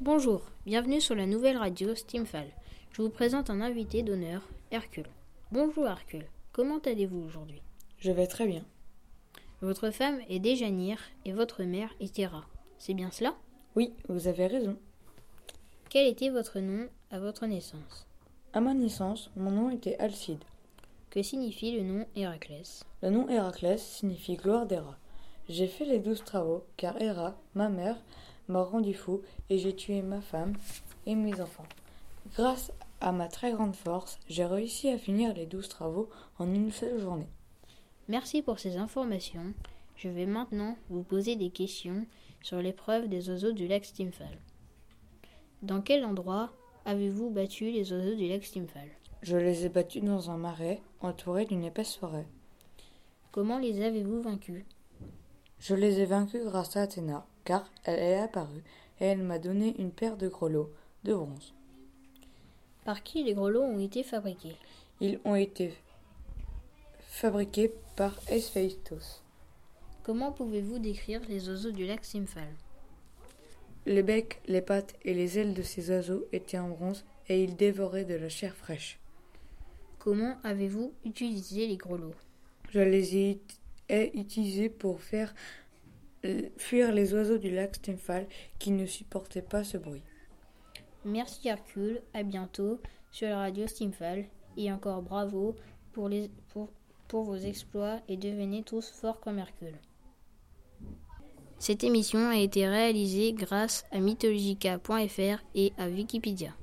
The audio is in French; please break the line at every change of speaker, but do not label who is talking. Bonjour, bienvenue sur la nouvelle radio Steamfall. Je vous présente un invité d'honneur, Hercule. Bonjour Hercule, comment allez-vous aujourd'hui
Je vais très bien.
Votre femme est Déjanir et votre mère est Terra. C'est bien cela
Oui, vous avez raison.
Quel était votre nom à votre naissance
À ma naissance, mon nom était Alcide.
Que signifie le nom Héraclès
Le nom Héraclès signifie gloire d'Héra. J'ai fait les douze travaux car Héra, ma mère, m'a rendu fou et j'ai tué ma femme et mes enfants. Grâce à ma très grande force, j'ai réussi à finir les douze travaux en une seule journée.
Merci pour ces informations. Je vais maintenant vous poser des questions sur l'épreuve des oiseaux du lac Steamfall. Dans quel endroit avez-vous battu les oiseaux du lac Steamfall
Je les ai battus dans un marais entouré d'une épaisse forêt.
Comment les avez-vous vaincus
Je les ai vaincus grâce à Athéna, car elle est apparue et elle m'a donné une paire de grelots de bronze.
Par qui les grelots ont été fabriqués
Ils ont été fabriqués par Héphaïstos.
Comment pouvez-vous décrire les oiseaux du lac Steamfall
Les becs, les pattes et les ailes de ces oiseaux étaient en bronze et ils dévoraient de la chair fraîche.
Comment avez-vous utilisé les grelots
Je les ai, ut- ai utilisés pour faire l- fuir les oiseaux du lac Stymphal qui ne supportaient pas ce bruit.
Merci Hercule, à bientôt sur la radio Steamfall et encore bravo pour, les, pour, pour vos exploits et devenez tous forts comme Hercule. Cette émission a été réalisée grâce à mythologica.fr et à Wikipédia.